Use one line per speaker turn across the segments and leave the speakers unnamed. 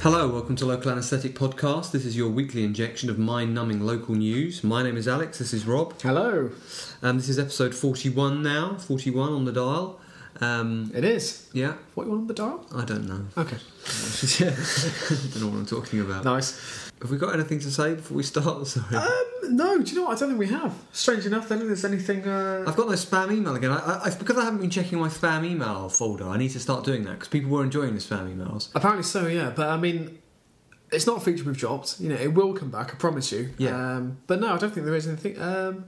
Hello, welcome to Local Anesthetic Podcast. This is your weekly injection of mind numbing local news. My name is Alex, this is Rob.
Hello.
Um, this is episode 41 now, 41 on the dial. Um,
It is.
yeah,
What you want on the dial?
I don't know.
Okay.
I don't know what I'm talking about.
Nice.
Have we got anything to say before we start? Sorry.
Um, no, do you know what? I don't think we have. Strange enough, I don't think there's anything. Uh...
I've got no spam email again. I, I, because I haven't been checking my spam email folder, I need to start doing that because people were enjoying the spam emails.
Apparently so, yeah. But I mean, it's not a feature we've dropped. You know, it will come back. I promise you.
Yeah.
Um, but no, I don't think there is anything. Um,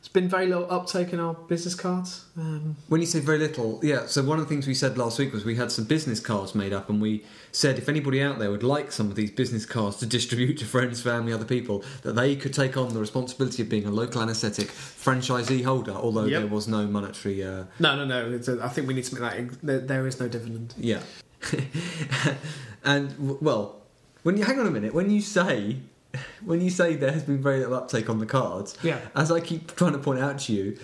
it's been very little uptake in our business cards. Um,
When you say very little, yeah. So one of the things we said last week was we had some business cards made up, and we said if anybody out there would like some of these business cards to distribute to friends, family, other people, that they could take on the responsibility of being a local anaesthetic franchisee holder, although
Yep.
there was no monetary. Uh,
no, no, no. It's a, I think we need to make that. There, there is no dividend.
yeah. and w- well, when you hang on a minute, when you say when you say there has been very little uptake on the cards,
Yeah.
as I keep trying to point out to you.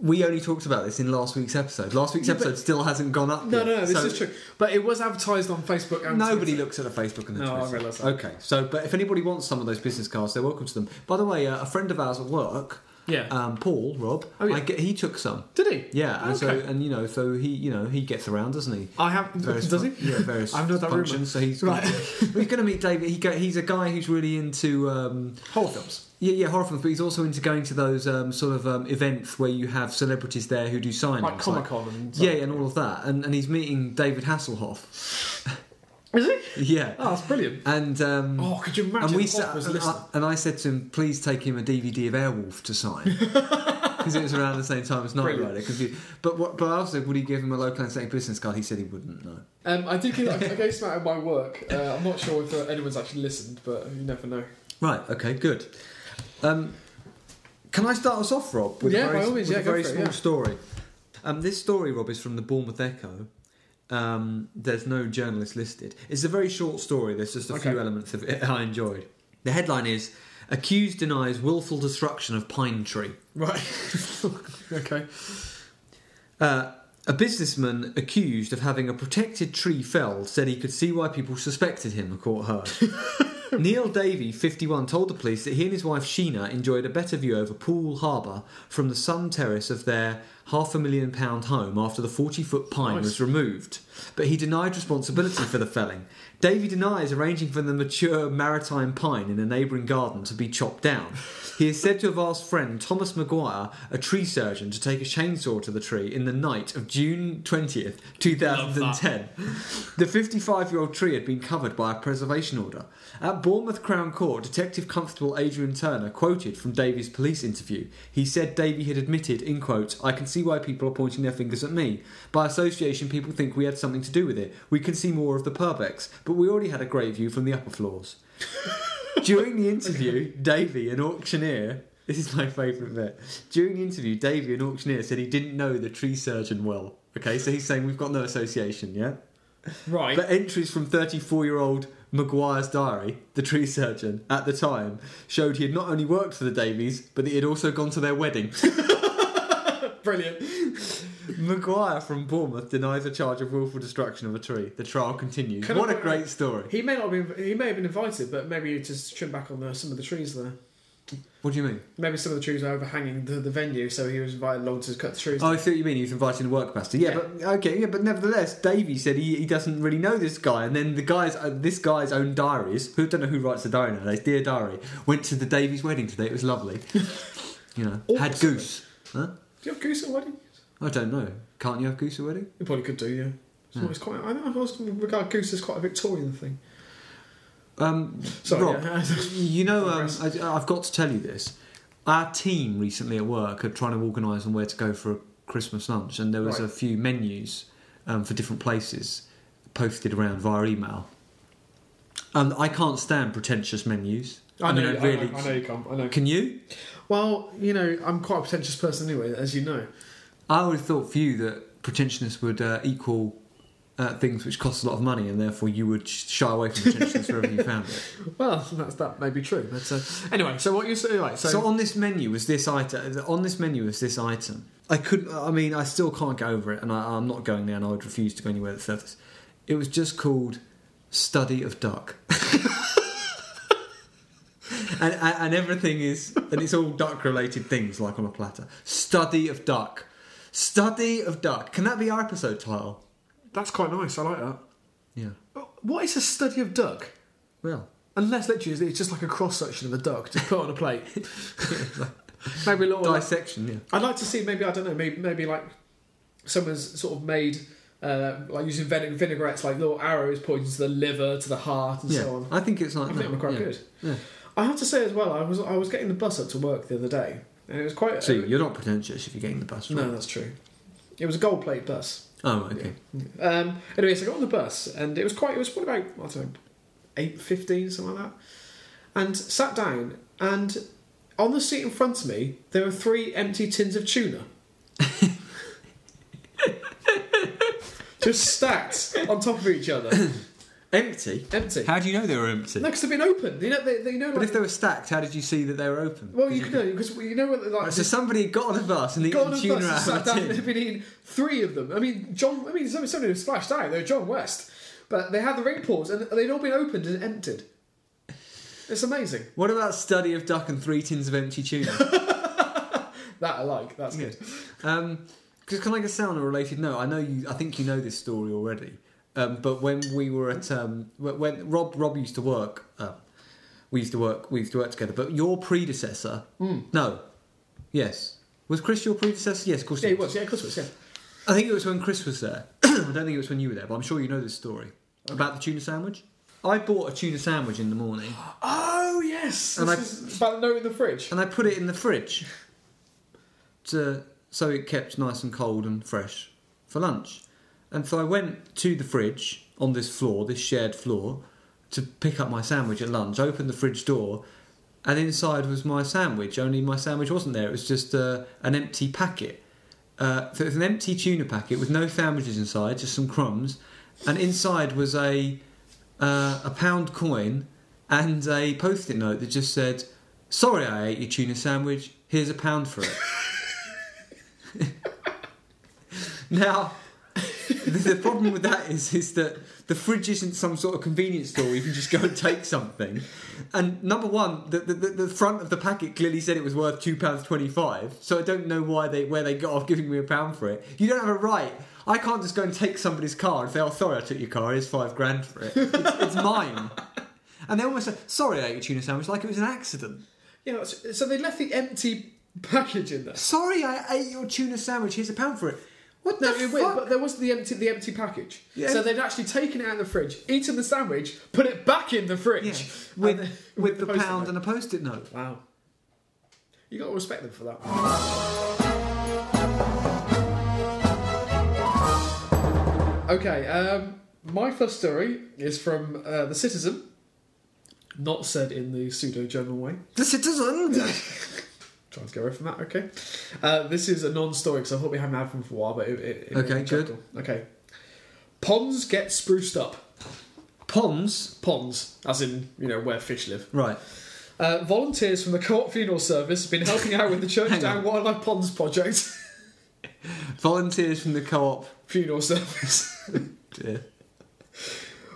We only talked about this in last week's episode. Last week's
Yeah, but-
episode still hasn't gone up.
No,
yet.
no, no. This
So-
is true. But it was advertised on Facebook. And
Nobody
Twitter.
looks at a Facebook and a
No, I
Twitter.
realise that.
Okay, so but if anybody wants some of those business cards, they're welcome to them. By the way, uh, a friend of ours at work,
Yeah.
um, Paul Rob,
Oh, yeah.
I get, he took some.
Did he?
Yeah, and so
Okay.
and you know, so he you know he gets around, doesn't he?
I have.
Various
does he?
fun- Yeah, various
I've heard that rumour.
functions. So he's
Right.
he's going to meet David. He go, he's a guy who's really into um,
Horror films.
yeah, yeah, horror films, but he's also into going to those um, sort of um, events where you have celebrities there who do signings,
Like Comic Con and
yeah, and all of that. And and he's meeting David Hasselhoff.
Is it?
yeah,
Oh, that's brilliant.
and um,
Oh, could you imagine?
and we
Hoff
sat,
was
and,
listening.
I, and I said to him, "Please take him a DVD of Airwolf to sign," because it was around the same time as Night
Brilliant.
Rider. 'cause he- but what, but I also would he give him a local anesthetic business card? He said he wouldn't. No.
Um, I did give I gave some out of my work. Uh, I'm not sure if uh, anyone's actually listened, but you never know.
Right. Okay. Good. Um, can I start us off, Rob?
Yeah,
a very,
by all means,
with
yeah,
a
go
very
for it,
small
yeah.
story. Um, this story, Rob, is from the Bournemouth Echo. Um, there's no journalist listed. It's a very short story. There's just a
Okay.
few elements of it I enjoyed. The headline is: Accused denies willful destruction of pine tree.
Right. okay.
Uh, a businessman accused of having a protected tree felled said he could see why people suspected him, the court heard. Neil Davey, 51, told the police that he and his wife Sheena enjoyed a better view over Poole Harbour from the sun terrace of their half a million pound home after the 40 foot pine
Nice.
was removed. But he denied responsibility for the felling. Davey denies arranging for the mature maritime pine in a neighbouring garden to be chopped down. He is said to have asked friend Thomas Maguire, a tree surgeon, to take a chainsaw to the tree in the night of June 20th, 2010. The 55 year old tree had been covered by a preservation order. At Bournemouth Crown Court, Detective Constable Adrian Turner quoted from Davies' police interview. He said Davy had admitted, in quotes, I can see why people are pointing their fingers at me. By association, people think we had something to do with it. We can see more of the Purbex, but we already had a great view from the upper floors. During the interview, Davy, an auctioneer, this is my favourite bit. During the interview, Davy, an auctioneer, said he didn't know the tree surgeon well. Okay, so he's saying we've got no association, yeah?
Right.
But entries from 34 year old Maguire's diary, the tree surgeon, at the time, showed he had not only worked for the Davies, but that he had also gone to their wedding.
Brilliant.
Maguire from Bournemouth denies a charge of willful destruction of a tree. The trial continues.
Can I
what a
point
great
out-
story.
He may not have been. He may have been invited, but maybe he just trimmed back on the, some of the trees there.
What do you mean?
Maybe some of the trees are overhanging the, the venue, so he was invited along to cut the trees.
Oh, I see what you mean. He was inviting the workmaster. Yeah,
Yeah.
but okay, yeah, but nevertheless, Davy said he, he doesn't really know this guy, and then the guy's uh, this guy's own diaries. Who don't know who writes the diary nowadays? Dear diary, went to the Davies wedding today. It was lovely. you know, had
Awesome.
goose. Huh?
Do you have goose at a wedding?
I don't know. Can't you have goose at a wedding?
You probably could do. Yeah. It's always quite. I know. I always regard goose as quite a Victorian thing.
Um,
Sorry.
Rob,
yeah.
you know, um,
Progress.
I, I've got to tell you this. Our team recently at work are trying to organise on where to go for a Christmas lunch, and there was
Right.
a few menus um, for different places posted around via email. Um, I can't stand pretentious menus.
I know.
mean,
I,
I really.
know, I know you can't. I know.
Can you?
Well, you know, I'm quite a pretentious person anyway, as you know.
I always thought for you that pretentiousness would uh, equal uh, things which cost a lot of money, and therefore you would sh- shy away from pretentiousness wherever you found it.
Well, that's, that may be true, but uh, anyway. So what you say, right? So,
So, on this menu was this item. On this menu was this item. I couldn't. I mean, I still can't get over it, and I, I'm not going there, and I would refuse to go anywhere that serves this. It was just called study of duck. and, and and everything is and it's all duck related things like on a platter. Study of duck. Study of duck. Can that be our episode title?
That's quite nice. I like that.
Yeah.
But What is a study of duck?
Well.
Unless literally it's just like a cross section of a duck, just put on a plate. maybe a little. like-
Dissection, yeah.
I'd like to see maybe I don't know maybe maybe like someone's sort of made uh, like using vine- vinaigrettes like little arrows pointing to the liver, to the heart, and
yeah.
so on.
I think it's like
I think
that.
I'm quite
yeah.
good.
Yeah.
I have to say as well, I was I was getting the bus up to work the other day, and it was quite.
So you're not pretentious if you're getting the bus right.
Uh, no, that's true. It was a gold plate bus.
Oh, okay.
Um, anyway, so I got on the bus, and it was quite. It was probably about I don't know, eight fifteen something like that, and sat down, and on the seat in front of me there were three empty tins of tuna. Just stacked on top of each other,
Empty.
empty.
How do you know they were empty?
No, because they've been opened. You know, they, they, you know,
But
like,
if they were stacked, how did you see that they were open?
well, you can know because you know what, like
Right, so somebody got on a bus and
Gone
eaten
and
tuna
Buster sat
out
down
of
and
a
they've
tin.
been eating three of them. I mean, John. I mean, somebody, somebody was splashed out. They're John West, but they had the ring pulls and they'd all been opened and emptied. It's amazing.
What about study of duck and three tins of empty tuna?
That I like. That's good.
Um 'cause can I just say on a related note? I know you. I think you know this story already. Um, but when we were at um, when, when Rob Rob used to work, uh, we used to work we used to work together. But your predecessor,
Hmm.
no, yes, was Chris your predecessor? Yes, of course.
Yeah, it was. Yeah, of course it was. Yeah.
I think it was when Chris was there. I don't think it was when you were there, but I'm sure you know this story about the tuna sandwich. I bought a tuna sandwich in the morning
Oh yes.
And
And
I-
is about the note in the fridge.
and I put it in the fridge to so it kept nice and cold and fresh for lunch. And so I went to the fridge on this floor, this shared floor, to pick up my sandwich at lunch. Opened the fridge door, and inside was my sandwich. Only my sandwich wasn't there. It was just uh, an empty packet. Uh, so it was an empty tuna packet with no sandwiches inside, just some crumbs. And inside was a uh, a pound coin and a post-it note that just said, "Sorry, I ate your tuna sandwich. Here's a pound for it." now, the, the problem with that is is that the fridge isn't some sort of convenience store where you can just go and take something. And number one, the, the, the the front of the packet clearly said it was worth two pounds twenty five, so I don't know why they where they got off giving me a pound for it. You don't have a right. I can't just go and take somebody's car and say, "Oh, sorry, I took your car. Here's five grand for it. It's, it's mine." And they almost say, "Sorry, I ate your tuna sandwich," like it was an accident.
Yeah. So so they left the empty package in there.
Sorry, I ate your tuna sandwich. Here's a pound for it. What
No,
the
it-
fuck?
wait, but there was the empty the empty package.
Yeah.
So they'd actually taken it out of the fridge, eaten the sandwich, put it back in the fridge
Yeah,
and
with
then-
with the
post-it
pound
note.
and a post-it note.
Wow. You got to respect them for that. Okay, um, my first story is from uh, The Citizen, not said in the pseudo German way.
The citizen.
Trying to get away from that, okay. Uh, this is a non story because I thought we hadn't had one for a while, but it. it, it
Okay,
it-
good.
Okay. Ponds get spruced up.
Ponds.
Ponds, as in, you know, where fish live.
Right.
Uh, volunteers from the Co-op Funeral Service have been helping out with the Church
Hang
Down Wildlife Ponds project.
Volunteers from the co-op.
funeral service.
Dear.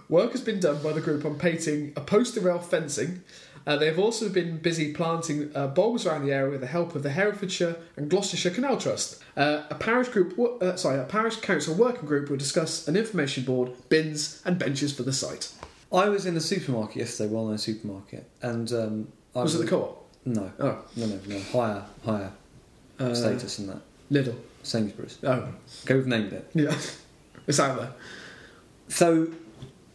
Work has been done by the group on painting a post and rail fencing. Uh, they have also been busy planting uh, bulbs around the area with the help of the Herefordshire and Gloucestershire Canal Trust. Uh, a parish group, wo- uh, sorry, a parish council working group will discuss an information board, bins, and benches for the site.
I was in a supermarket yesterday, well-known supermarket, and um, I
Was it the co-op?
No,
Oh,
no, no, no. Higher, higher
Uh,
status than that.
Lidl.
Sainsbury's.
Oh,
Okay, we've named it.
yeah, it's out there.
So,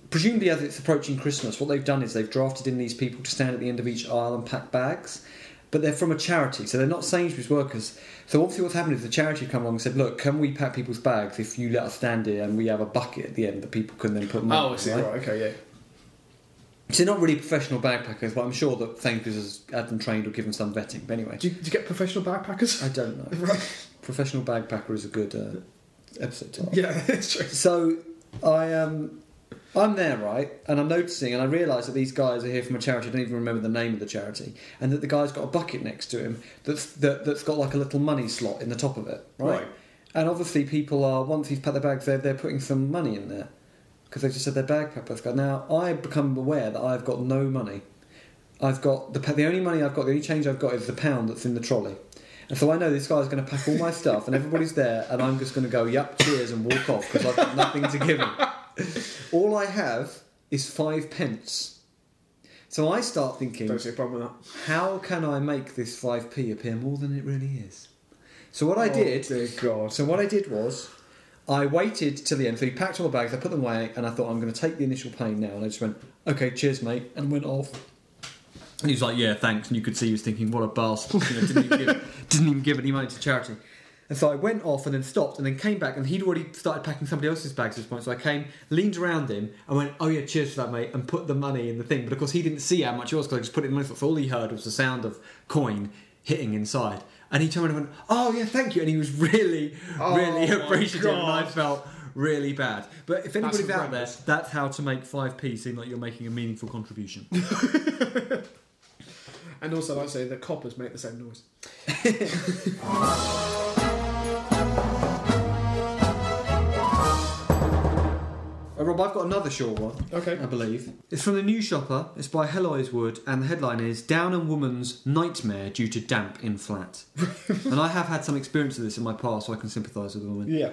presumably, as it's approaching Christmas, what they've done is they've drafted in these people to stand at the end of each aisle and pack bags. But they're from a charity, so they're not Sainsbury's workers. So obviously, what's happened is the charity have come along and said, "Look, can we pack people's bags if you let us stand here and we have a bucket at the end that people can then put money?"
Oh, I
in,
see.
right?
Right, okay, yeah.
So they're not really professional bagpackers, but I'm sure that Sainsbury's has had them trained or given some vetting. But anyway,
Do you, do you get professional backpackers?
I don't know. Professional bagpacker is a good uh, episode title.
yeah, it's true.
So I um I'm there, right? And I'm noticing and I realise that these guys are here from a charity, I don't even remember the name of the charity, and that the guy's got a bucket next to him that's that, that's got like a little money slot in the top of it, right?
Right.
And obviously people are once he's packed their bags they're they're putting some money in there. because they just said their bagpiper's gone. Now I become aware that I've got no money. I've got the pa- the only money I've got, the only change I've got is the pound that's in the trolley. And so I know this guy's going to pack all my stuff, and everybody's there, and I'm just going to go, "Yup, cheers," and walk off because I've got nothing to give him. All I have is five pence. So I start thinking,
Don't see a problem with that.
how can I make this 5p appear more than it really is? So what I
Oh,
did,
Dear God.
so what I did was, I waited till the end. So he packed all the bags, I put them away, and I thought I'm going to take the initial pain now. And I just went, okay, cheers, mate, and went off. And he was like, yeah, thanks. And you could see he was thinking, what a bastard. You know, didn't, even give, didn't even give any money to charity. And so I went off and then stopped and then came back and he'd already started packing somebody else's bags at this point. So I came, leaned around him and went, oh yeah, cheers for that, mate, and put the money in the thing. But of course he didn't see how much it was because I just put it in the money slot. So all he heard was the sound of coin hitting inside. And he turned around and went, oh yeah, thank you. And he was really,
Oh,
really
my
appreciative. And I
God.
felt really bad. But if anybody's out there,
horrendous.
that's how to make 5p seem like you're making a meaningful contribution.
And also, like I say, the coppers make the same noise.
Uh, Rob, I've got another short one.
Okay.
I believe. It's from The New Shopper. It's by Heloise Wood, and the headline is Down and Woman's Nightmare Due to Damp in Flat. and I have had some experience of this in my past, so I can sympathise with the woman.
Yeah.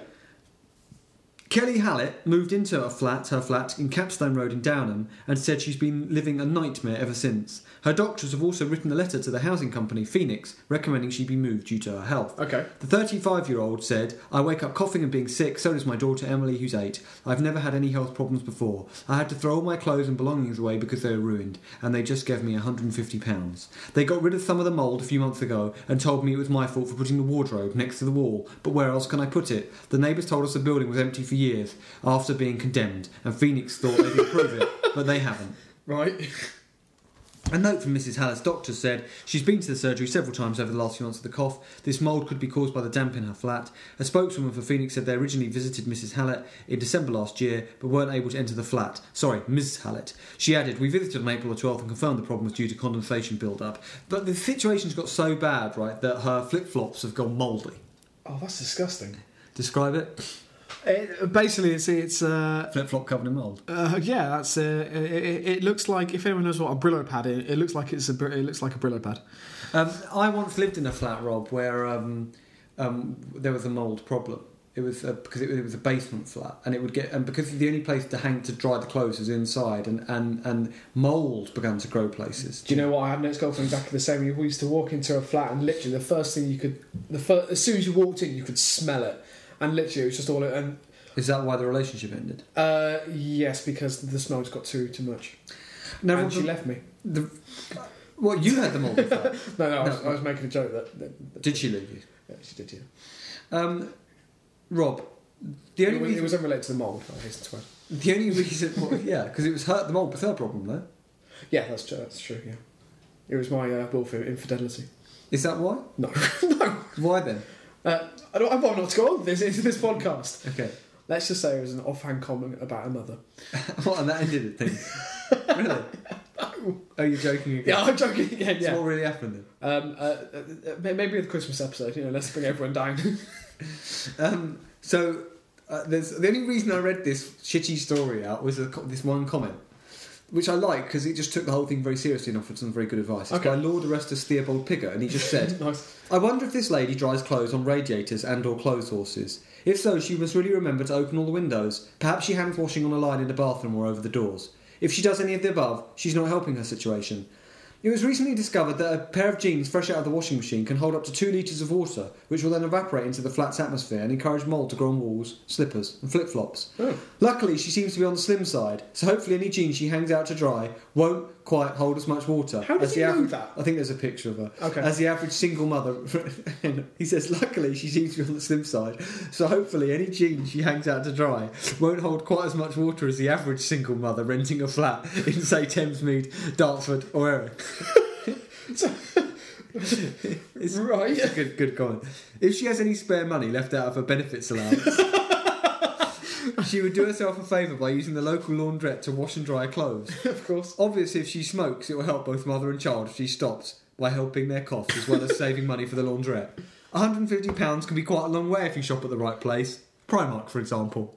Kelly Hallett moved into a flat, her flat, in Capstone Road in Downham, and said she's been living a nightmare ever since. Her doctors have also written a letter to the housing company, Phoenix, recommending she be moved due to her health.
Okay.
The 35 year old said, I wake up coughing and being sick, so does my daughter Emily, who's eight. I've never had any health problems before. I had to throw all my clothes and belongings away because they were ruined, and they just gave me £150. They got rid of some of the mould a few months ago and told me it was my fault for putting the wardrobe next to the wall, but where else can I put it? The neighbours told us the building was empty for years after being condemned, and Phoenix thought they'd improve it, but they haven't.
Right.
A note from Mrs. Hallett's doctor said she's been to the surgery several times over the last few months with a cough. This mould could be caused by the damp in her flat. A spokeswoman for Phoenix said they originally visited Mrs. Hallett in December last year but weren't able to enter the flat. Sorry, Mrs. Hallett. She added, We visited on April the 12th and confirmed the problem was due to condensation build up. But the situation's got so bad, right, that her flip flops have gone mouldy.
Oh, that's disgusting.
Describe it?
It, basically, it's it's uh,
Flip flop covered in mould.
uh, yeah, that's uh, it, it. It looks like if anyone knows what a Brillo pad is, it looks like it's a Br- it looks like a Brillo pad.
Um, I once lived in a flat, Rob, where um, um, there was a mould problem. It was uh because it, it was a basement flat, and it would get and because the only place to hang to dry the clothes was inside, and and and mould began to grow places.
Do you know what? I had an ex-girlfriend exactly the same. We used to walk into a flat, and literally the first thing you could, the fir- as soon as you walked in, you could smell it, and literally it was just all. And
Is that why the relationship ended?
uh, yes, because the smell just got too too much,
No,
and
Rob,
she
the,
left me.
the, well, you had the mouldy flat.
No, no, I was,
No.
I was making a joke that, that, that
Did she leave you,
Yeah, she did. Yeah,
um, Rob? The
it,
only
was, it
reason,
was unrelated to the mold. I hasten to add.
the only reason, well, yeah, because it was her the mould was her problem though.
Yeah, that's true. That's true. Yeah, it was my uh, will for infidelity.
Is that why?
No, no.
Why then?
Uh, I don't. I want not to go on with this into this podcast.
Okay,
Let's just say it was an offhand comment about her mother.
what and that ended it things. really? Oh, you're joking again.
Yeah, I'm joking. Yeah,
So
yeah.
what really happened
Um, uh, uh, uh, maybe with the Christmas episode, you know, let's bring everyone down.
then? Um, so uh, there's the only reason I read this shitty story out was a, co- this one comment, which I like because it just took the whole thing very seriously and offered some very good advice. It's
Okay.
by Lord Arestus Theobald Pigger, and he just said,
nice.
I wonder if this lady dries clothes on radiators and or clothes horses. If so, she must really remember to open all the windows. Perhaps she hangs washing on a line in the bathroom or over the doors. If she does any of the above, she's not helping her situation. It was recently discovered that a pair of jeans fresh out of the washing machine can hold up to two litres of water, which will then evaporate into the flat's atmosphere and encourage mould to grow on walls, slippers, and flip flops.
Oh.
Luckily, she seems to be on the slim side, so hopefully, any jeans she hangs out to dry won't quite hold as much water.
How did
as
you
the
know
average-
that?
I think there's a picture of her.
Okay.
As the average single mother, he says, luckily she seems to be on the slim side, so hopefully any jeans she hangs out to dry won't hold quite as much water as the average single mother renting a flat in, say, Thamesmead, Dartford, or Erith. It's-
Right.
it's a good, good comment. If she has any spare money left out of her benefits allowance, she would do herself a favour by using the local laundrette to wash and dry clothes.
Of course.
Obviously, if she smokes, it will help both mother and child if she stops by helping their cough as well as saving money for the laundrette. £150 can be quite a long way if you shop at the right place. Primark, for example.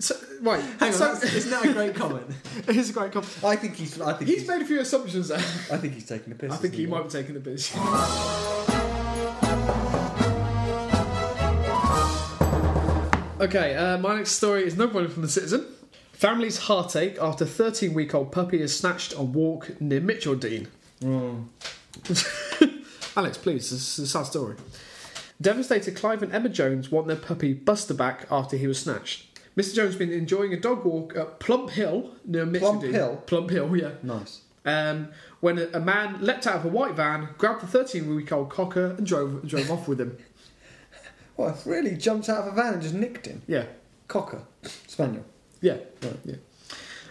So, right,
Hang on,
so,
that's- isn't that a great comment?
it's a great comment.
I think he's. I think
He's made a few assumptions there.
I think he's taking the piss.
I think
isn't
he might be taking the piss. Okay, uh, my next story is another one from The Citizen. Family's heartache after 13 week old puppy is snatched on walk near Mitchell Dean. Hmm. Alex, please, this is a sad story. Devastated Clive and Emma Jones want their puppy Buster back after he was snatched. Mr. Jones has been enjoying a dog walk at Plump Hill near Mitchell
Plump
Dean.
Hill?
Plump Hill, yeah
Nice.
um, when a, a man leapt out of a white van, grabbed the 13 week old cocker, and drove drove off with him.
Well, if really jumped out of a van and just nicked him.
Yeah,
Cocker, spaniel.
yeah,
Right.
yeah.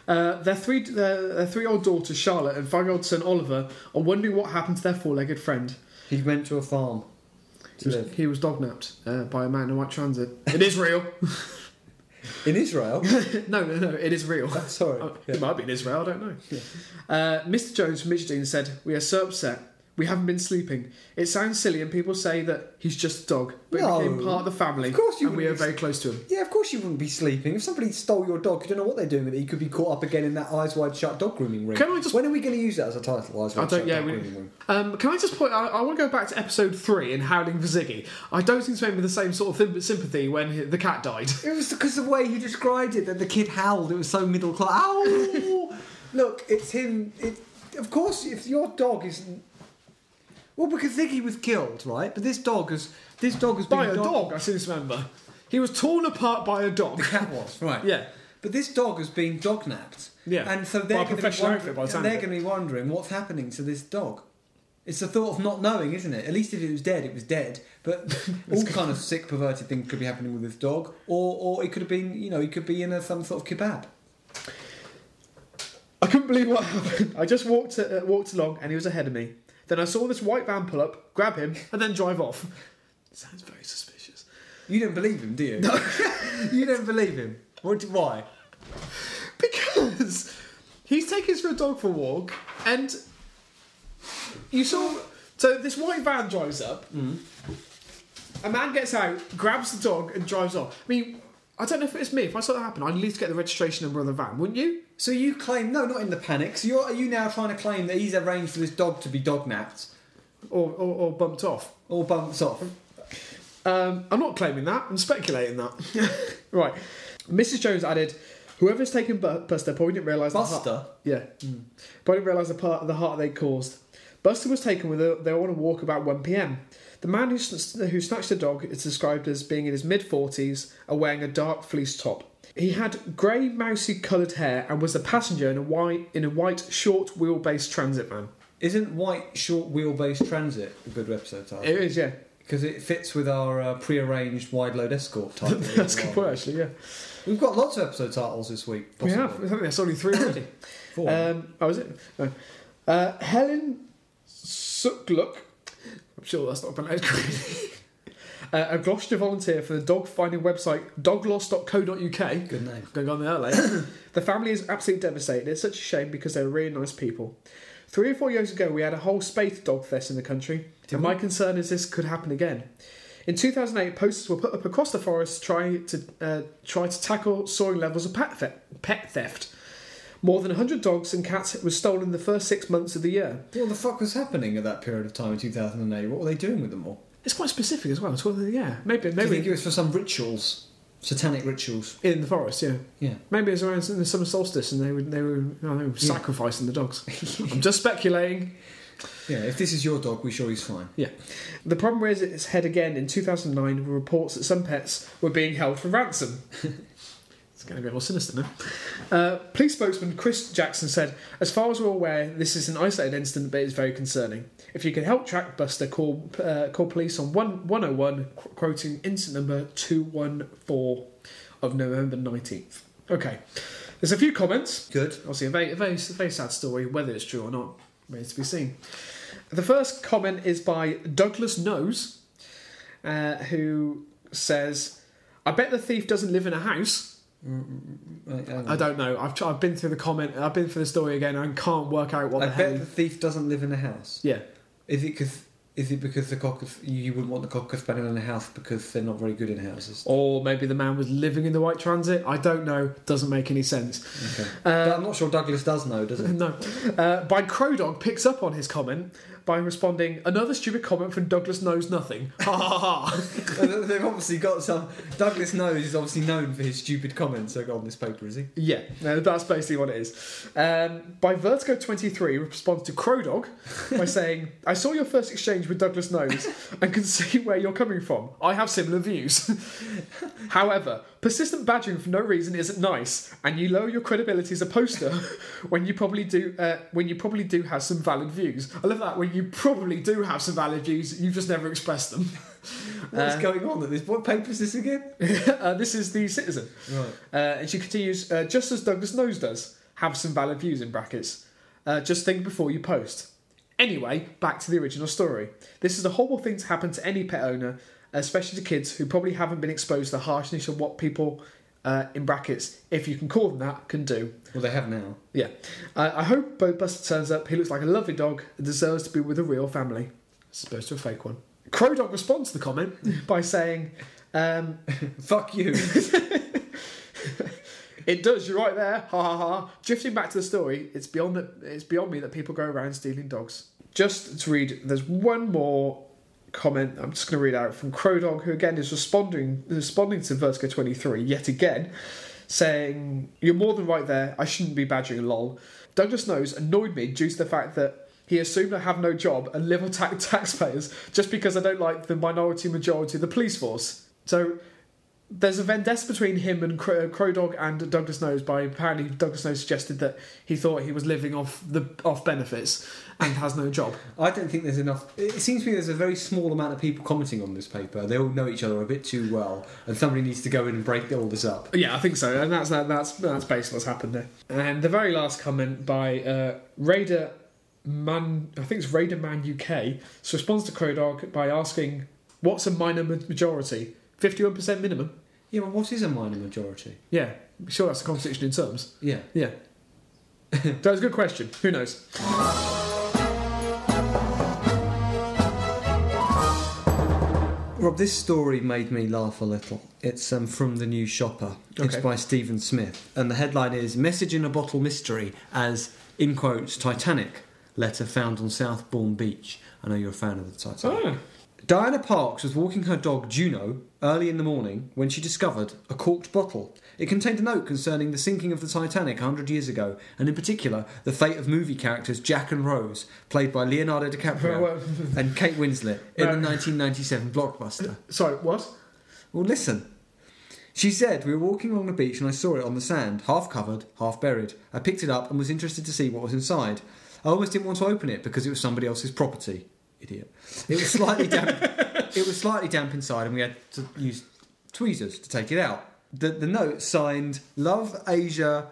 Uh, their three their, their three old daughter Charlotte and five year old son Oliver are wondering what happened to their four legged friend.
He went to a farm
He
to
was,
live
he was dog napped uh, by a man in white transit. It is real.
in Israel.
no, no, no. It is real.
Sorry.
Oh,
Yeah.
It might be in Israel, I don't know. Uh, Mr. Jones from Mitchell Dean said, We are so upset. We haven't been sleeping. It sounds silly, and people say that he's just a dog, but
No.
he became part of the family.
Of course you
And we are
wouldn't be-
very close to him.
Yeah, of course you wouldn't be sleeping. If somebody stole your dog, you don't know what they're doing with it. You could be caught up again in that eyes wide shut dog grooming ring.
Can I just-
When are we going to use that as a title? Eyes
I
wide
don't,
shut
yeah,
dog
we,
grooming ring.
um, can I just point? I, I want to go back to episode three in Howling for Ziggy. I don't seem to remember the same sort of thim- sympathy when he- the cat died.
It was because of the way you described it that the kid howled. It was so middle class. Ow!
Look, it's him. It, of course, if your dog is
well, because Ziggy was killed, right? But this dog has this dog has
By
been
a dog, I seem to remember. He was torn apart by a dog.
Cat was right.
yeah.
But this dog has been dog napped.
Yeah.
And so
By
they're
a
going to be
professional
wondering,
outfit by the
and
sound
they're
of it.
going to be wondering what's happening to this dog. It's the thought of not knowing, isn't it? At least if it was dead, it was dead. But all kind of sick, perverted things could be happening with this dog, or or it could have been, you know, it could be in a, some sort of kebab.
I couldn't believe what happened. I just walked uh, walked along and he was ahead of me. Then I saw this white van pull up, grab him, and then drive off. Sounds very suspicious.
You don't believe him, do you? No. you don't believe him. What? Why?
Because he's taking us for a dog for a walk and you saw. So this white van drives up.
Mm.
A man gets out, grabs the dog, and drives off. I mean, I don't know if it's me. If I saw that happen, I'd at least get the registration number of the van, wouldn't you?
So you claim no, not in the panic. So you're, are you now trying to claim that he's arranged for this dog to be dog napped
Or, or, or bumped off.
or bumps off?
Um, I'm not claiming that. I'm speculating that. right. Mrs. Jones added, "Whoever's taken Bu- Buster probably didn't realise the heart-
Buster.
yeah, Mm. probably didn't realise the part the heart they caused. Buster was taken with. A, they were on a walk about 1 p.m. The man who, sn- who snatched the dog is described as being in his mid 40s and wearing a dark fleece top. He had grey, mousy coloured hair and was a passenger in a white in a white short wheelbase transit van.
Isn't white short wheelbase transit a good episode title?
It is, yeah.
Because it fits with our uh, pre-arranged wide load escort title.
That's a good point, actually. Yeah,
We've got lots of episode titles this week.
we
Possibly.
have. I think that's only three already.
Four.
Um, oh, is it? No. Uh, Helen Sukluk. I'm sure that's not pronounced correctly. uh, a Gloucester volunteer for the dog finding website dogloss.co.uk.
Good name.
Going on there later. the family is absolutely devastated. It's such a shame because they're really nice people. Three or four years ago, we had a whole spate of dog thefts in the country, and my concern is this could happen again. In 2008, posters were put up across the forest trying to uh, try to tackle soaring levels of pet, the- pet theft. More than 100 dogs and cats were stolen in the first six months of the year.
What the fuck was happening at that period of time in 2008? What were they doing with them all?
It's quite specific as well. It's well yeah, maybe
Do you
maybe
think it was for some rituals, satanic rituals?
in the forest. Yeah,
Yeah.
maybe it was around the summer solstice, and they were they were I don't know, sacrificing the dogs. I'm just speculating.
Yeah. If this is your dog, we're sure he's fine.
Yeah. The problem raised its head again in 2009 with reports that some pets were being held for ransom. it's getting a bit more sinister now. Uh, police spokesman Chris Jackson said, As far as we're aware, this is an isolated incident, but it's very concerning. If you can help track Buster, call, uh, call police on 1- 101, qu- quoting incident number 214 of November 19th. Okay. There's a few comments.
Good.
Obviously, a very, a very, a very sad story, whether it's true or not, remains to be seen. The first comment is by Douglas Nose, uh, who says, I bet the thief doesn't live in a house.
Right, hang on.
I don't know. I've, tried, I've been through the comment, I've been through the story again, and can't work out what
I
the
bet
hell.
the thief doesn't live in a house.
Yeah.
Is it because Is it because the cocker you wouldn't want the cocker spaniel in a house because they're not very good in houses?
Or maybe the man was living in the white transit. I don't know. Doesn't make any sense.
Okay. but
Uh,
I'm not sure Douglas does know, does he?
no. Uh, by Crowdog picks up on his comment by responding, another stupid comment from Douglas knows nothing. Ha ha ha ha.
They've obviously got some. Douglas knows he's obviously known for his stupid comments on this paper, is he?
Yeah, no, that's basically what it is. Um, by Vertigo23 responds to Crowdog by saying, I saw your first exchange with Douglas Nose and can see where you're coming from. I have similar views. However, persistent badgering for no reason isn't nice, and you lower your credibility as a poster when you probably do uh, when you probably do have some valid views. I love that when you probably do have some valid views, you've just never expressed them.
What's
Uh,
going on at this? What paper is this again?
uh, this is the citizen.
Right.
Uh, and she continues, uh, just as Douglas Nose does, have some valid views in brackets. Uh, just think before you post. Anyway, back to the original story. This is a horrible thing to happen to any pet owner, especially to kids who probably haven't been exposed to the harshness of what people, uh, in brackets, if you can call them that, can do.
Well, they have now.
Yeah. Uh, I hope Bo Buster turns up. He looks like a lovely dog and deserves to be with a real family. As opposed to a fake one. Crow Dog responds to the comment by saying, um,
Fuck you.
It does. You're right there. Ha ha ha. Drifting back to the story, it's beyond that. It's beyond me that people go around stealing dogs. Just to read, there's one more comment. I'm just going to read out from Crowdog, who again is responding responding to Vertigo 23 yet again, saying, "You're more than right there. I shouldn't be badgering. Lol." Douglas knows annoyed me due to the fact that. He assumed I have no job and live on ta- taxpayers just because I don't like the minority majority of the police force. So there's a vendetta between him and Cro- Crow Dog and Douglas Nose by apparently Douglas Nose suggested that he thought he was living off the off benefits and has no job.
I don't think there's enough. It seems to me there's a very small amount of people commenting on this paper. They all know each other a bit too well, and somebody needs to go in and break all this up.
Yeah, I think so, and that's that, that's that's basically what's happened there. And the very last comment by uh, Raider Man, I think it's Raider Man UK, so responds to Crow Dog by asking, "What's a minor ma- majority? Fifty-one percent minimum?
Yeah, but what is a minor majority?
Yeah, sure, that's the constitution in terms.
Yeah.
Yeah, that was a good question. Who knows?"
Rob, this story made me laugh a little. It's um, from The New Shopper. It's
Okay.
by Stephen Smith. And the headline is Message in a Bottle Mystery as, in quotes, Titanic letter found on Southbourne Beach. I know you're a fan of the Titanic.
Oh.
Diana Parks was walking her dog Juno early in the morning when she discovered a corked bottle. It contained a note concerning the sinking of the Titanic 100 years ago, and in particular, the fate of movie characters Jack and Rose, played by Leonardo DiCaprio
Well,
and Kate Winslet in
Right.
the 1997 blockbuster.
Sorry, what?
Well, listen. She said, We were walking along the beach and I saw it on the sand, half covered, half buried. I picked it up and was interested to see what was inside. I almost didn't want to open it because it was somebody else's property. Idiot. It was slightly damp. It was slightly damp inside and we had to use tweezers to take it out. The, the note signed Love Asia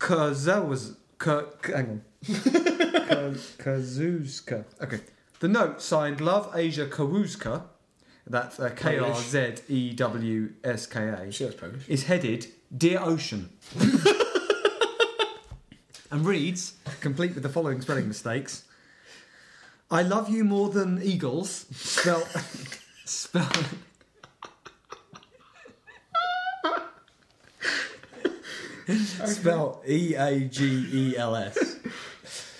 Kurzawas. Kur, hang on. Kur- Kurzuzka. Okay. The note signed Love Asia Karuzka, that's uh, K R Z E W S K A,
She was Polish.
is headed Dear Ocean. and reads, complete with the following spelling mistakes I love you more than eagles. Spell. spell. Spell E A G E L S.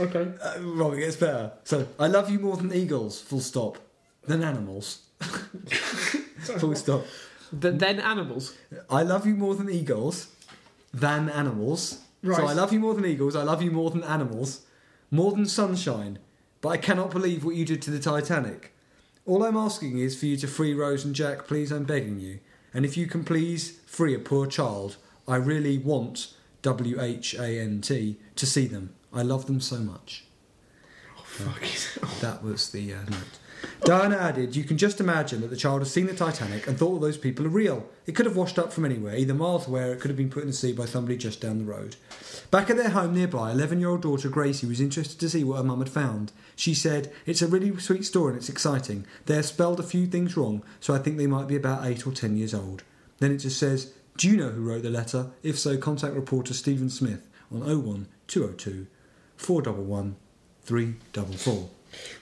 Okay.
Uh, Rob, it gets better. So, I love you more than eagles, full stop, than animals. full stop.
The, then animals.
I love you more than eagles, than animals.
Right.
So, I love you more than eagles, I love you more than animals, more than sunshine. But I cannot believe what you did to the Titanic. All I'm asking is for you to free Rose and Jack, please, I'm begging you. And if you can please free a poor child, I really want, W H A N T, to see them. I love them so much.
Oh, fuck it.
That was the uh, note. Diana added, You can just imagine that the child has seen the Titanic and thought all those people are real. It could have washed up from anywhere, either miles away or it could have been put in the sea by somebody just down the road. Back at their home nearby, 11 year old daughter Gracie was interested to see what her mum had found. She said, It's a really sweet story and it's exciting. They have spelled a few things wrong, so I think they might be about 8 or 10 years old. Then it just says, Do you know who wrote the letter? If so, contact reporter oh Stephen Smith on 01202 411 344.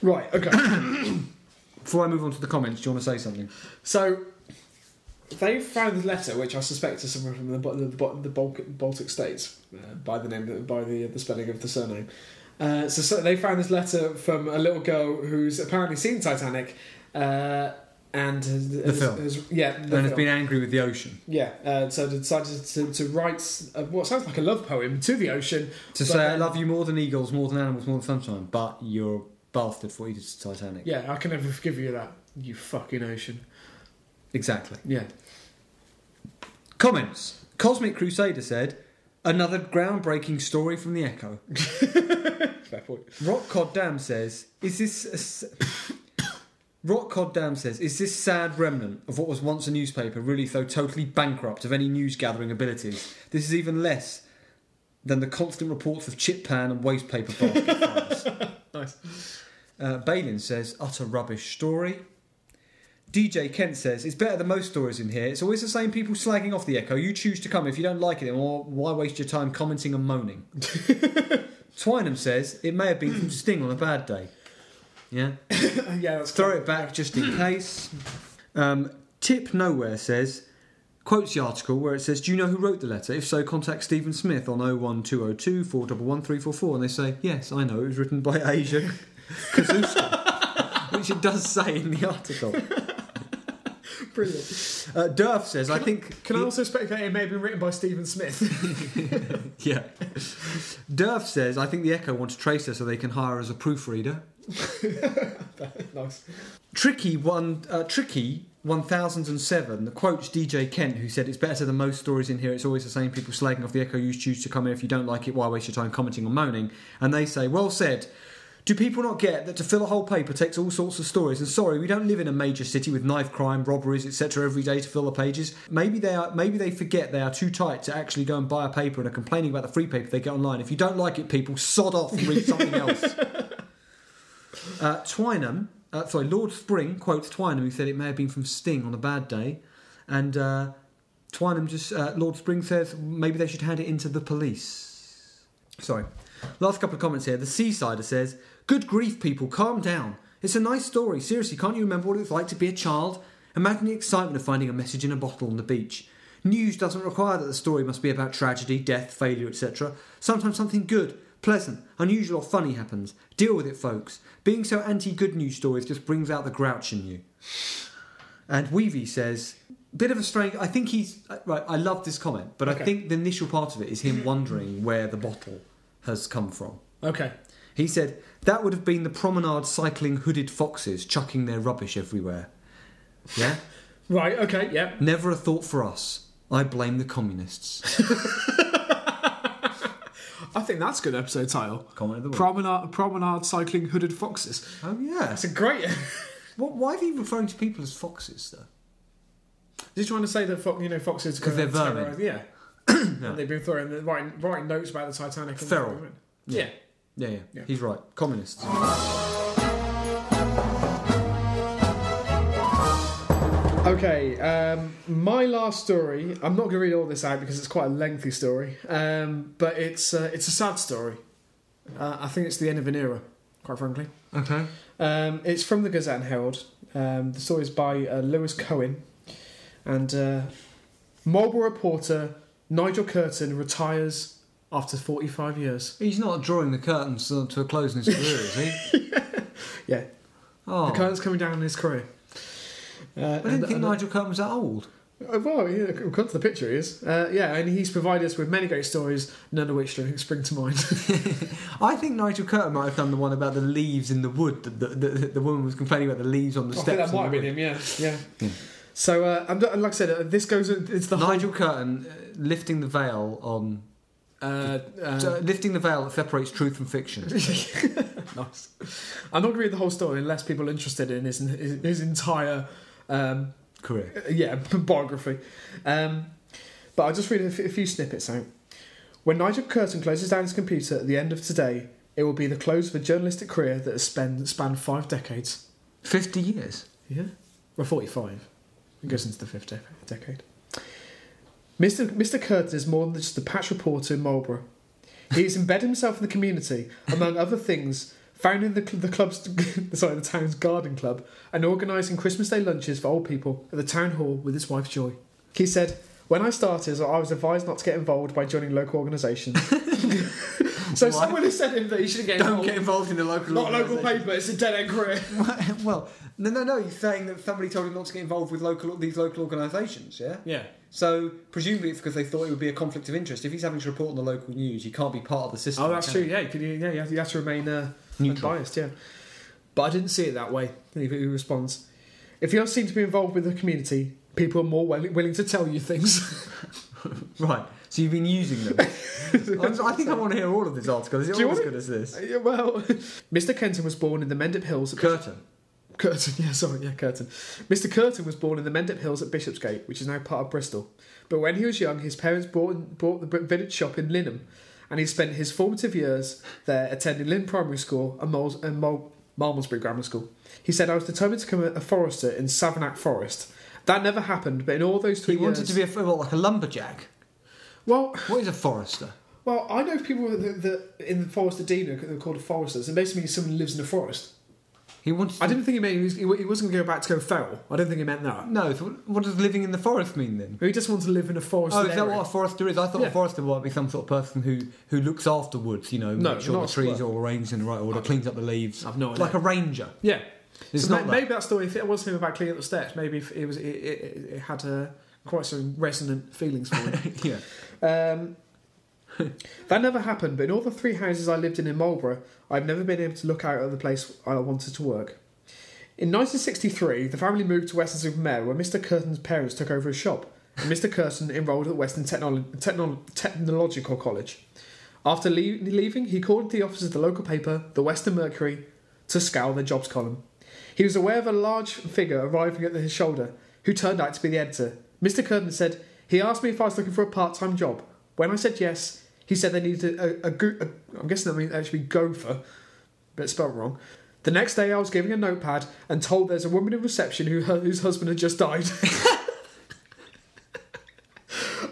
Right, okay.
Before I move on to the comments, do you want to say something?
so they found the letter, which I suspect is somewhere from the, Bal- the, Bal- the Baltic, Baltic states, uh, by the name, by the, the spelling of the surname. Uh, so, so they found this letter from a little girl who's apparently seen Titanic, uh, and has, has-
film.
has- yeah, the
and has
film.
been angry with the ocean.
yeah. Uh, so they decided to, to write uh what sounds like a love poem to the ocean
To
but
say, I
then-
love you more than eagles, more than animals, more than sunshine, but you're a bastard for you did to Titanic.
Yeah, I can never forgive you that. You fucking ocean.
Exactly.
Yeah.
Comments. Cosmic Crusader said, another groundbreaking story from the Echo.
Fair point.
Rock Coddam says, is this. A s- Rock Coddam says, is this sad remnant of what was once a newspaper really so totally bankrupt of any news gathering abilities? This is even less than the constant reports of chip pan and waste paper basket fires.
Nice.
Uh, Balin says, utter rubbish story. DJ Kent says, it's better than most stories in here. It's always the same people slagging off the Echo. You choose to come if you don't like it, then why- why waste your time commenting and moaning? Twynham says, it may have been from Sting on a bad day. Yeah?
yeah, that's
Throw it back just in case. Um, Tip Nowhere says, quotes the article where it says, Do you know who wrote the letter? If so, contact Stephen Smith on 01202 411 And they say, Yes, I know. It was written by Asia Kazuska, which it does say in the article.
Brilliant.
Uh, Durf says, I think.
Can I also speculate it may have been written by Stephen Smith?
Yeah. Durf says, I think the Echo want to trace her so they can hire her as a proofreader.
nice.
Tricky one, uh, tricky one thousand and seven. Quotes DJ Kent, who said, "It's better than most stories in here. It's always the same people slagging off the Echo. You choose to come here if you don't like it. Why waste your time commenting or moaning?" And they say, "Well said." Do people not get that to fill a whole paper takes all sorts of stories? And sorry, we don't live in a major city with knife crime, robberies, etc. every day to fill the pages. Maybe they are. Maybe they forget they are too tight to actually go and buy a paper and are complaining about the free paper they get online. If you don't like it, people sod off and read something else. Uh, Twynham, uh, sorry, Lord Spring quotes Twynham, who said it may have been from Sting on a bad day. And uh, Twynham just, uh, Lord Spring says maybe they should hand it into the police. Sorry. Last couple of comments here. The Seasider says, Good grief, people, calm down. It's a nice story. Seriously, can't you remember what it's like to be a child? Imagine the excitement of finding a message in a bottle on the beach. News doesn't require that the story must be about tragedy, death, failure, etc. Sometimes something good, pleasant, unusual, or funny happens. Deal with it, folks. Being so anti good news stories just brings out the grouch in you. And Weavy says, bit of a strange. I think he's right. I love this comment, but I
Okay.
think the initial part of it is him wondering where the bottle has come from.
Okay.
He said that would have been the promenade cycling hooded foxes chucking their rubbish everywhere. Yeah,
Right, okay, yeah.
never a thought for us. I blame the communists.
I think that's a good episode title.
Comment of the week.
Promenade, promenade cycling hooded foxes.
oh yeah.
That's a great.
What, why are they referring to people as foxes though?
Just trying to say that fo- you know foxes
'Cause they're vermin.
Yeah. And they've been throwing the, writing, writing notes about the Titanic. And
Feral.
throwing it. Yeah.
Yeah, yeah,
Yeah.
He's right. Communists.
Okay, um, my last story. I'm not going to read all this out because it's quite a lengthy story, um, but it's uh, it's a sad story. Uh, I think it's the end of an era, quite frankly.
Okay.
Um, it's from the Gazette and Herald. Um, the story is by uh, Lewis Cohen, and uh, Marlborough reporter Nigel Curtin retires after 45 years.
He's not drawing the curtains uh, to a close in his career, is he?
Yeah,
Oh,
the curtain's coming down in his career. Uh,
I didn't think Nigel Curtin was that old.
Uh, Well, yeah, come to the picture, he is. Uh, yeah, and he's provided us with many great stories, none of which don't spring to mind.
I think Nigel Curtin might have done the one about the leaves in the wood. That the, the, the woman was complaining about the leaves on the
Oh,
steps. in the wood.
him, yeah. Yeah. So, uh, and and like I said, uh, this goes, it's the
Nigel Curtin uh, lifting the veil on
whole. Uh,
so,
uh,
lifting the veil that separates truth from fiction.
nice. I'm not going to read the whole story unless people are interested in his, his, his entire um,
Career.
Uh, yeah, biography. Um, but I'll just read a f- a few snippets out. When Nigel Curtin closes down his computer at the end of today, it will be the close of a journalistic career that has spent, spanned five decades.
Fifty years.
Yeah? Well, 45. It goes into the fifth de- decade. Mr. Mr. Curtin is more than just a patch reporter in Marlborough. He has embedded himself in the community, among other things, founding the, cl- the club's, sorry, the town's garden club, and organising Christmas Day lunches for old people at the town hall with his wife Joy. He said, "When I started, I was advised not to get involved by joining local organisations." so
Why?
someone has said him that he shouldn't get
Don't
involved.
get involved in the local.
Not local
organisation.
paper. It's a dead end career.
well, no, no, no. You're saying that somebody told him not to get involved with local these local organisations. Yeah.
Yeah.
So presumably it's because they thought it would be a conflict of interest. If he's having to report on the local news, he can't be part of the system.
Oh, that's
can
true.
he?
Yeah, you, could, yeah, you have, to, you have to remain uh,
Neutral.
unbiased. Yeah, but I didn't see it that way. He, he responds, "If you don't seem to be involved with the community, people are more well, willing to tell you things."
Right. So you've been using them. I'm- I think I want to hear all of this article. Is it
Do you
all as
want
good as this?
Yeah, well, Mr. Kenton was born in the Mendip Hills. At
Curtain.
Curtin, yeah, sorry, yeah, Curtin. Mr. Curtin was born in the Mendip Hills at Bishopsgate, which is now part of Bristol. But when he was young, his parents bought, bought the Brit- village shop in Linham, and he spent his formative years there attending Lynn Primary School and, Moles, and Mol- Malmesbury Grammar School. He said, I was determined to become a, a forester in Savanac Forest. That never happened, but in all those three
He
years...
wanted to be a what, like a lumberjack.
Well,
What is a forester?
well, I know people that, that in the Forest Adena are called foresters, and basically means someone who lives in a forest.
He wanted. To
I didn't think he meant he, was, he wa- he wasn't going to go back to go feral. I don't think he meant that.
No. So what- what does living in the forest mean then?
He just wants to live in a forest.
Oh, is that
area.
what a forester is? I thought
Yeah.
a forester might be some sort of person who, who looks after woods, you know,
No,
make sure
not
the
a
trees
squire.
are all arranged in the right order, cleans up the leaves.
I've no idea.
Like a ranger.
Yeah.
It's
so
not
ma-
that.
maybe that story, if it was him about cleaning up the steps, maybe if it was it, it, it had uh, quite some resonant feelings for him.
yeah.
um, that never happened, but in all the three houses I lived in in Marlborough, I've never been able to look out at the place I wanted to work. In 1963, the family moved to Weston super Mare, where Mr. Curtin's parents took over his shop, and Mr. Curtin enrolled at Weston Technolo- Techno- Technological College. After lea- leaving, he called the office of the local paper, the Western Mercury, to scour their jobs column. He was aware of a large figure arriving at his shoulder, who turned out to be the editor. Mr. Curtin said, He asked me if I was looking for a part time job. When I said yes, he said they needed a, a, go- a I'm guessing that means actually gopher, but spelled wrong. The next day, I was giving a notepad and told there's a woman in reception who, whose husband had just died.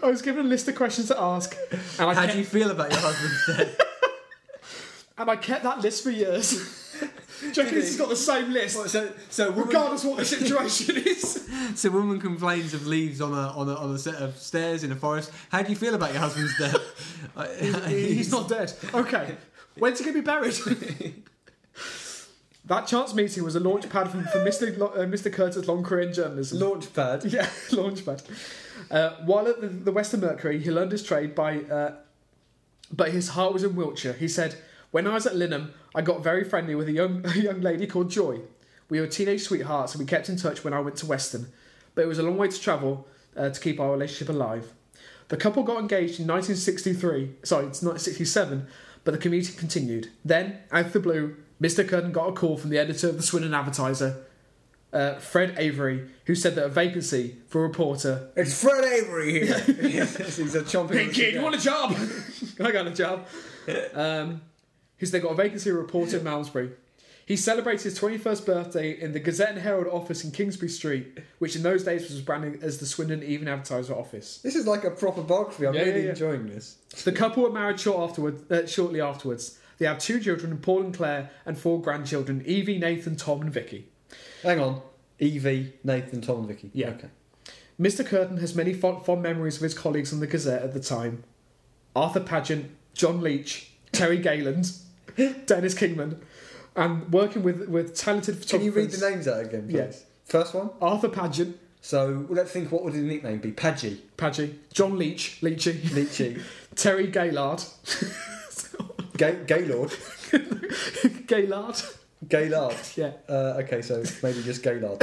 I was given a list of questions to ask, and I
How
kept-
do you feel about your husband's death?
and I kept that list for years. Do you reckon
he?
this has got the same list?
so, so, a woman,
Regardless what the situation is.
so a woman complains of leaves on a, on, a, on a set of stairs in a forest. How do you feel about your husband's death? I-
He's not dead. Okay. When's he going to be buried? that chance meeting was a launch pad for, for Mr. Lo- uh, Mr. Curtis' long career in journalism.
Launchpad.
yeah, launchpad. Uh, while at the, the Western Mercury, he learned his trade by, uh, but his heart was in Wiltshire. He said, "When I was at Linham, I got very friendly with a young a young lady called Joy. We were teenage sweethearts, and we kept in touch when I went to Western. But it was a long way to travel uh, to keep our relationship alive. The couple got engaged in 1963. Sorry, it's 1967. But the community continued. Then, out of the blue, Mr. Curtin got a call from the editor of the Swindon Advertiser, uh, Fred Avery, who said that a vacancy for a reporter.
It's Fred Avery here. He's a chomping.
Hey kid, you want a job? I got a job. Um, who's they got a vacancy reporter in Malmesbury. He celebrated his 21st birthday in the Gazette and Herald office in Kingsbury Street, which in those days was branded as the Swindon Even Advertiser office.
This is like a proper biography. I'm
Yeah,
really
yeah, yeah.
enjoying this.
The couple were married short afterwards, uh, shortly afterwards. They have two children, Paul and Claire, and four grandchildren, Evie, Nathan, Tom, and Vicky.
Hang on. Evie, E Nathan, Tom, and Vicky.
Yeah.
Okay.
Mr. Curtin has many fond, fond memories of his colleagues on the Gazette at the time Arthur Pageant, John Leach, Terry Gayland, Dennis Kingman, and working with, with talented photographers.
Can you read the names out again, please?
Yes.
First one.
Arthur Pageant,
So well, let's think. What would his nickname be? Paggy,
Paggy, John Leach, Leachy,
Leechy,
Terry Gaylard,
Gay, Gaylord,
Gaylard,
Gaylard.
yeah,
Uh, okay, so maybe just Gaylard.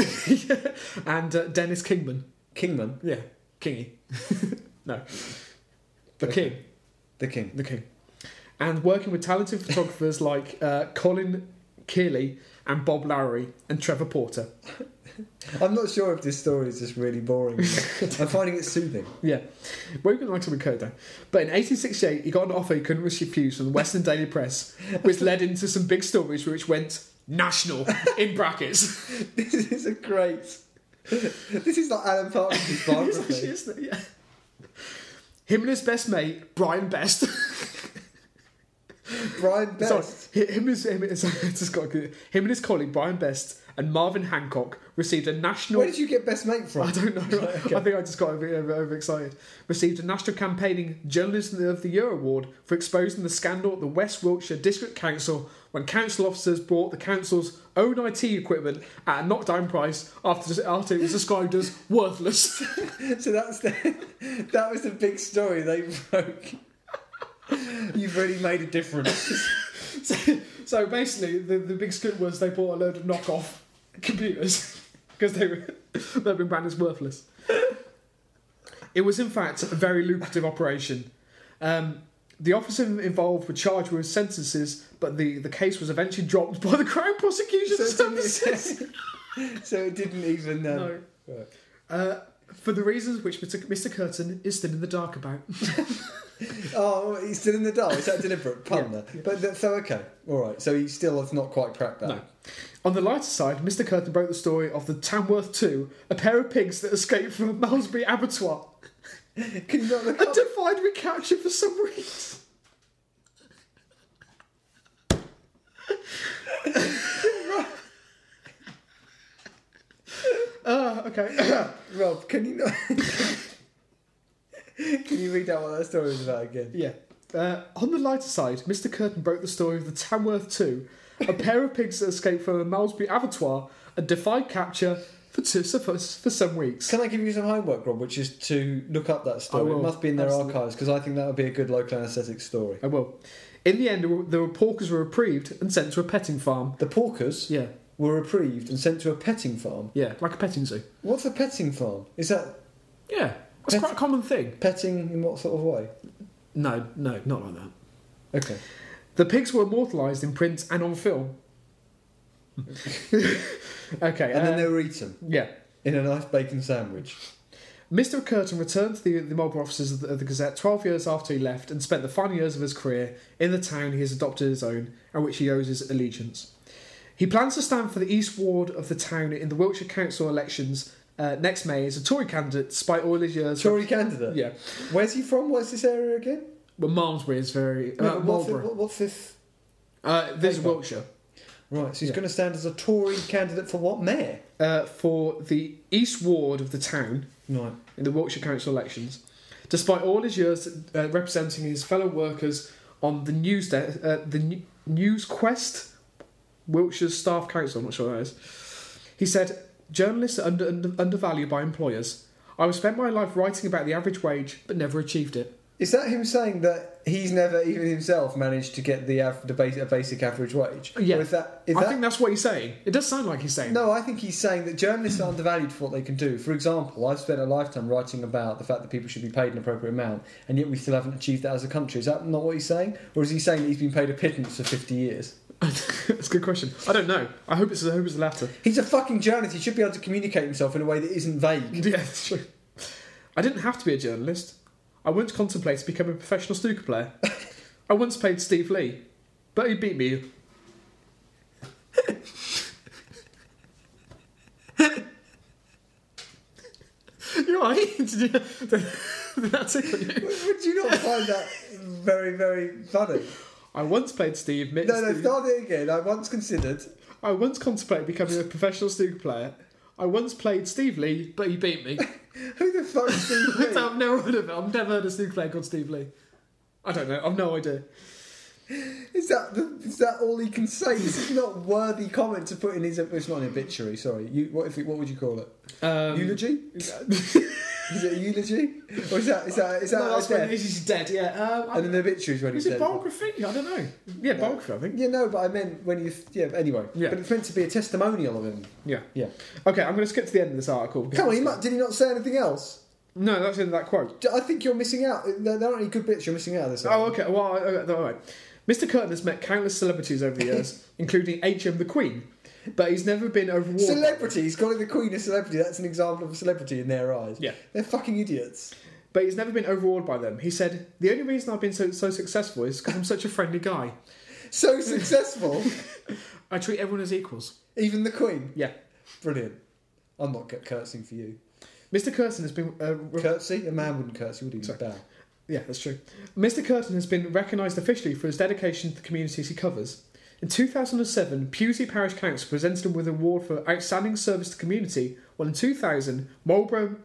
and uh, Dennis Kingman,
Kingman,
yeah, Kingy, no, the
Okay.
King.
the king.
The King. And working with talented photographers like uh, Colin Keely and Bob Lowry and Trevor Porter.
I'm not sure if this story is just really boring. I'm finding it soothing.
Yeah. Wogan likes to be code down. But in 1868, he got an offer he couldn't refuse from the Western Daily Press, which led into some big stories which went national, in brackets.
This is a great. This is like Alan Partridge's
It's actually,
biography.
isn't it? Yeah. Him and his best mate, Brian Best.
Brian
Sorry,
Best.
hi- him, is, him, is, it's just got, him and his colleague Brian Best and Marvin Hancock received a national.
Where did you get best mate from?
I don't know. I think I just got a bit over, overexcited. Received a National Campaigning Journalist of the Year award for exposing the scandal at the West Wiltshire District Council when council officers bought the council's own IT equipment at a knockdown price after, after it was described as worthless.
So that's the, that was the big story they broke. You've really made a difference.
so, so basically, the, the big scoop was they bought a load of knockoff computers because they were they've been branded as worthless. It was in fact a very lucrative operation. Um, the officer involved were charged with sentences, but the, the case was eventually dropped by the Crown Prosecution
So it
Service.
didn't- so it didn't even. Um,
No. Uh, for the reasons which Mr. Mr. Curtin is still in the dark about.
Oh, he's still in the dark. Is that deliberate pun
Yeah,
there? But th- so okay, all right. So he still has not quite cracked that.
No. On the lighter side, Mr. Curtin broke the story of the Tamworth 2, a pair of pigs that escaped from a Malmesbury abattoir.
Can you not look
and
up?
defied recapture for some reason. uh, okay.
Rob, can you not? can you read out what that story was about again?
yeah. Uh, on the lighter side, Mr. Curtin broke the story of the Tamworth 2, a pair of pigs that escaped from a Malmesbury abattoir and defied capture for, two, for, for some weeks.
Can I give you some homework, Rob? Which is to look up that story.
I will.
It must be in their
Absolutely.
archives because I think that would be a good local anaesthetic story.
I will. Uh, In the end, the porkers were reprieved and sent to a petting farm.
The porkers
Yeah,
were reprieved and sent to a petting farm.
yeah, like a petting zoo.
What's a petting farm? Is that
Yeah, that's
Pet-
quite a common thing.
petting in what sort of way?
No, no, not like that.
Okay.
The pigs were immortalised in print and on film. okay,
And
uh,
then they were eaten
yeah.
in a nice bacon sandwich.
Mr. Curtin returned to the, the Marlborough offices of the, of the Gazette 12 years after he left and spent the final years of his career in the town he has adopted as his own and which he owes his allegiance. He plans to stand for the East Ward of the town in the Wiltshire Council elections uh, next May as a Tory candidate despite all his years.
Tory candidate.
Yeah.
Where's he from? What's this area again?
But Malmesbury is very.
No,
Uh,
but what's,
Marlborough.
this, what's this?
Uh, this is
Paper.
Wiltshire.
Right, so he's
Yeah.
going to stand as a Tory candidate for what mayor?
Uh, for the East Ward of the town
Right.
in the Wiltshire Council elections, despite all his years uh, representing his fellow workers on the news de- uh, the New- News Quest, Wiltshire Staff Council. I'm not sure what that is. He said, "Journalists are under, under, undervalued by employers. I have spent my life writing about the average wage, but never achieved it.
Is that him saying that he's never even himself managed to get the, av- the base, a basic average wage?
Yeah.
Or is that, is
I
that-
think that's what he's saying. It does sound like he's saying.
no, I think he's saying that journalists are undervalued for what they can do. For example, I've spent a lifetime writing about the fact that people should be paid an appropriate amount, and yet we still haven't achieved that as a country. Is that not what he's saying? Or is he saying that he's been paid a pittance for 50 years?
that's a good question. I don't know. I hope it's I hope it's the latter.
He's a fucking journalist. He should be able to communicate himself in a way that isn't vague.
Yeah, that's true. I didn't have to be a journalist. I once contemplated becoming a professional snooker player. I once played Steve Lee, but he beat me. You're right. Did you- did that tickle you?
Would you not find that very, very funny?
I once played Steve. Mitt
No, no,
Steve-
start it again. I once considered.
I once contemplated becoming a professional snooker player. I once played Steve Lee, but he beat me.
Who the fuck is Steve Lee?
I've never heard of it. I've never heard of snooker player called Steve Lee. I don't know. I've no idea.
Is that the, is that all he can say? This is not worthy comment to put in his. It's not an obituary. Sorry. You what if it, what would you call it?
Um,
eulogy? Is it a eulogy? Or is that is that is that
no,
a
that's when
death?
he's dead. Yeah. Um, I-
And an obituary is when he's
is it
dead.
biography? I don't know. Yeah, biography. I think.
Yeah, no, but I meant when you. Yeah, anyway.
Yeah.
But it's meant to be a testimonial of him.
Yeah.
Yeah.
Okay, I'm going to skip to the end of this article.
Come on, he mu- did he not say anything else?
No, that's the end of that quote.
I think you're missing out. There there aren't any good bits. You're missing out of this.
Oh, okay. Well, I- okay, all right. Mr. Curtin has met countless celebrities over the years, including H.M. the Queen, but he's never been awarded.
Celebrity. He's calling the queen a celebrity. That's an example of a celebrity in their eyes.
Yeah.
They're fucking idiots.
but he's never been overawed by them. He said, "The only reason I've been so, so successful is because I'm such a friendly guy.
So successful.
I treat everyone as equals."
Even the queen.
Yeah.
Brilliant. I'm not cu- curtseying for you.
Mr. Curtin has been uh, re-
Curtsy? A man wouldn't curtsy, would he? He'd
Sorry.
bow.
Yeah, that's true. Mr. Curtin has been recognised officially for his dedication to the communities he covers. In 2007, Pewsey Parish Council presented him with an award for outstanding service to the community, while in 2000, Marlborough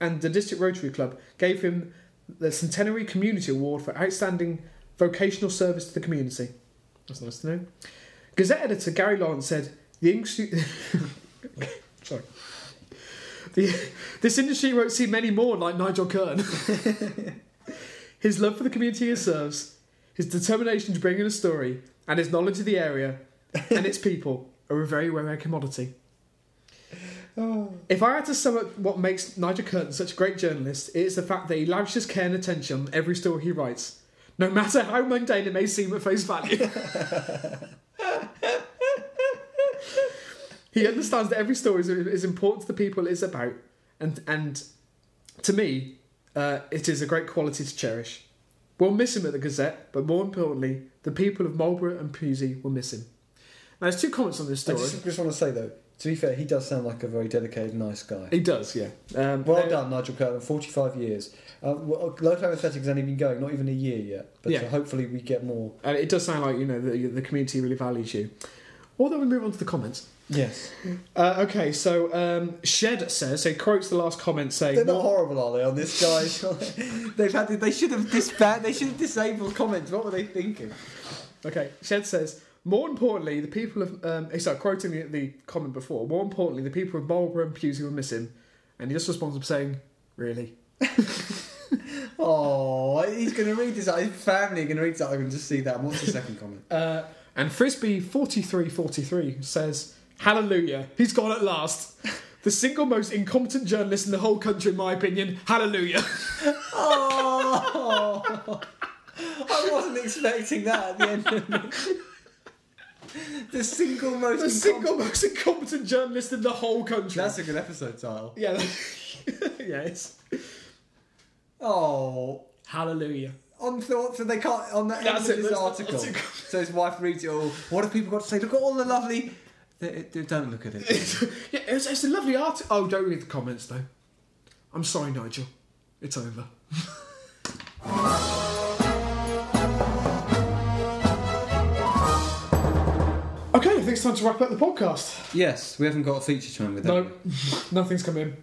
and the District Rotary Club gave him the Centenary Community Award for outstanding vocational service to the community. That's nice to know. Gazette editor Gary Lawrence said, "The industry, sorry, the, this industry won't see many more like Nigel Kern. his love for the community he serves, his determination to bring in a story, and his knowledge of the area and its people are a very rare commodity."
Oh,
If I had to sum up what makes Nigel Curtin such a great journalist, it is the fact that he lavishes care and attention on every story he writes, no matter how mundane it may seem at face value. he understands that every story is, is important to the people it's about, and and to me, uh, it is a great quality to cherish. We'll miss him at the Gazette, but more importantly, the people of Marlborough and Pusey will miss him. Now, there's two comments on this
I
story.
just, just want to say though, to be fair, he does sound like a very dedicated, nice guy.
He does, yeah. Um,
Well
there-
done, Nigel Curtin. Forty-five years. Uh, well, local anesthetics only been going not even a year yet, but
Yeah.
so hopefully we get more.
And it does sound like, you know, the, the community really values you. Although we move on to the comments.
Yes,
Uh, okay, so um, Shed says, so he quotes the last comment saying,
they're not
"More-
horrible, are they? On this guy, they've had. They should have disband. They should have disabled comments. What were they thinking?
Okay, Shed says, more importantly, the people of, um, eh, sorry, quoting the, the comment before, more importantly, the people of Marlborough and Pusey will miss him. And he just responds by saying, really?
Oh, he's going to read this. out. His family are going to read this. out. They're going to just see that. And what's the second comment?
Uh, and Frisbee4343 says, hallelujah, he's gone at last. The single most incompetent journalist in the whole country, in my opinion. Hallelujah.
Oh, I wasn't expecting that at the end. Of it. the single most.
the single most incompetent journalist in the whole country.
That's a good episode title.
yeah, that- yeah, it's
Oh,
hallelujah.
on thought so they can't on the end
That's
of
it,
this
that's-
article.
that's it.
So his wife reads it all. What have people got to say? Look at all the lovely. They- they- Don't look at it.
yeah, it's, it's a lovely art. Oh, don't read the comments though. I'm sorry, Nigel. It's over. okay, I think it's time to wrap up the podcast.
yes, we haven't got a feature time with that.
No, nothing's come in.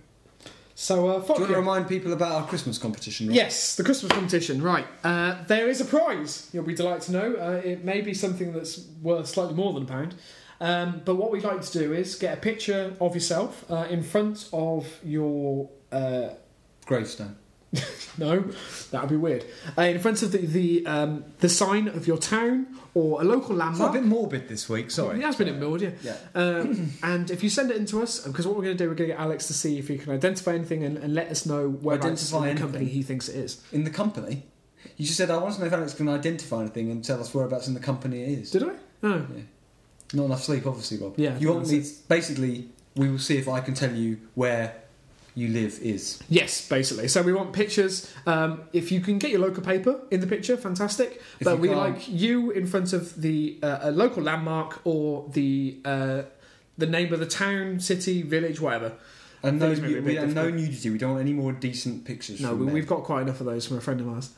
So, uh, fuck
Do you want
you.
to remind people about our Christmas competition? Rob?
Yes, the Christmas competition. Right, uh, there is a prize. You'll be delighted to know. Uh, it may be something that's worth slightly more than a pound. Um, but what we'd like to do is get a picture of yourself uh, in front of your. Uh,
Gravestone.
no, that would be weird. Uh, in front of the the, um, the sign of your town or a
It's
local
a
landmark.
bit morbid this week. Sorry.
It has been in Millwood, yeah.
Yeah.
Um, and if you send it in to us, because what we're going to do, we're going to get Alex to see if he can identify anything and, and let us know where
Identify
the
anything.
company he thinks it is.
In the company. You just said I want to know if Alex can identify anything and tell us whereabouts in the company it is.
Did I? No.
Not enough sleep, obviously, Rob.
Yeah, I
You
think
want
that's
me? Basically, we will see if I can tell you where you live is.
Yes, basically. So we want pictures. Um, if you can get your local paper in the picture, fantastic.
If
but
you
we
can't-
like you in front of the uh, a local landmark or the uh, the name of the town, city, village, whatever.
And no,
Things may be a bit
we, and no nudity. We don't want any more decent pictures.
No,
from
we,
men.
we've got quite enough of those from a friend of ours.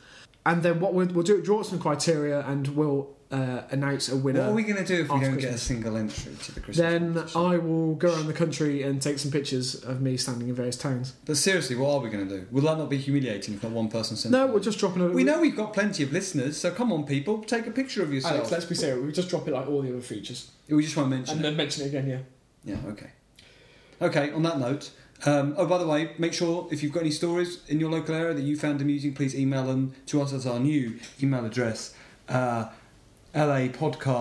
And then what we'll, we'll do, draw some criteria, and we'll uh, announce a winner.
What are we going to do if we
After
don't get a
Christmas.
single entry to the Christmas?
then
competition?
I will go around the country and take some pictures of me standing in various towns.
But seriously, what are we going to do? Will that not be humiliating if not one person sends?
No,
it?
we'll just drop it.
We know we've got plenty of listeners, so come on, people, take a picture of yourself.
Alex, let's be serious. We'll just drop it like all the other features,
we just won't mention
and
it.
then mention it again. Yeah.
Yeah, okay. Okay. On that note, um, oh by the way, make sure if you've got any stories in your local area that you found amusing, please email them to us at our new email address, uh,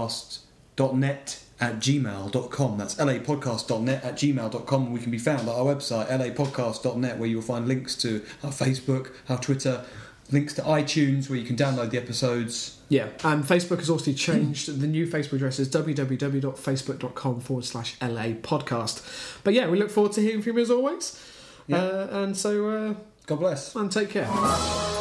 lapodcast.net at gmail.com. That's lapodcast.net at gmail.com. And we can be found at our website, lapodcast.net, where you'll find links to our Facebook, our Twitter, links to iTunes, where you can download the episodes.
Yeah, um, Facebook has also changed. the new Facebook address is www.facebook.com forward slash LA podcast. But yeah, we look forward to hearing from you as always.
Yeah.
Uh, and so, uh,
God bless.
and take care.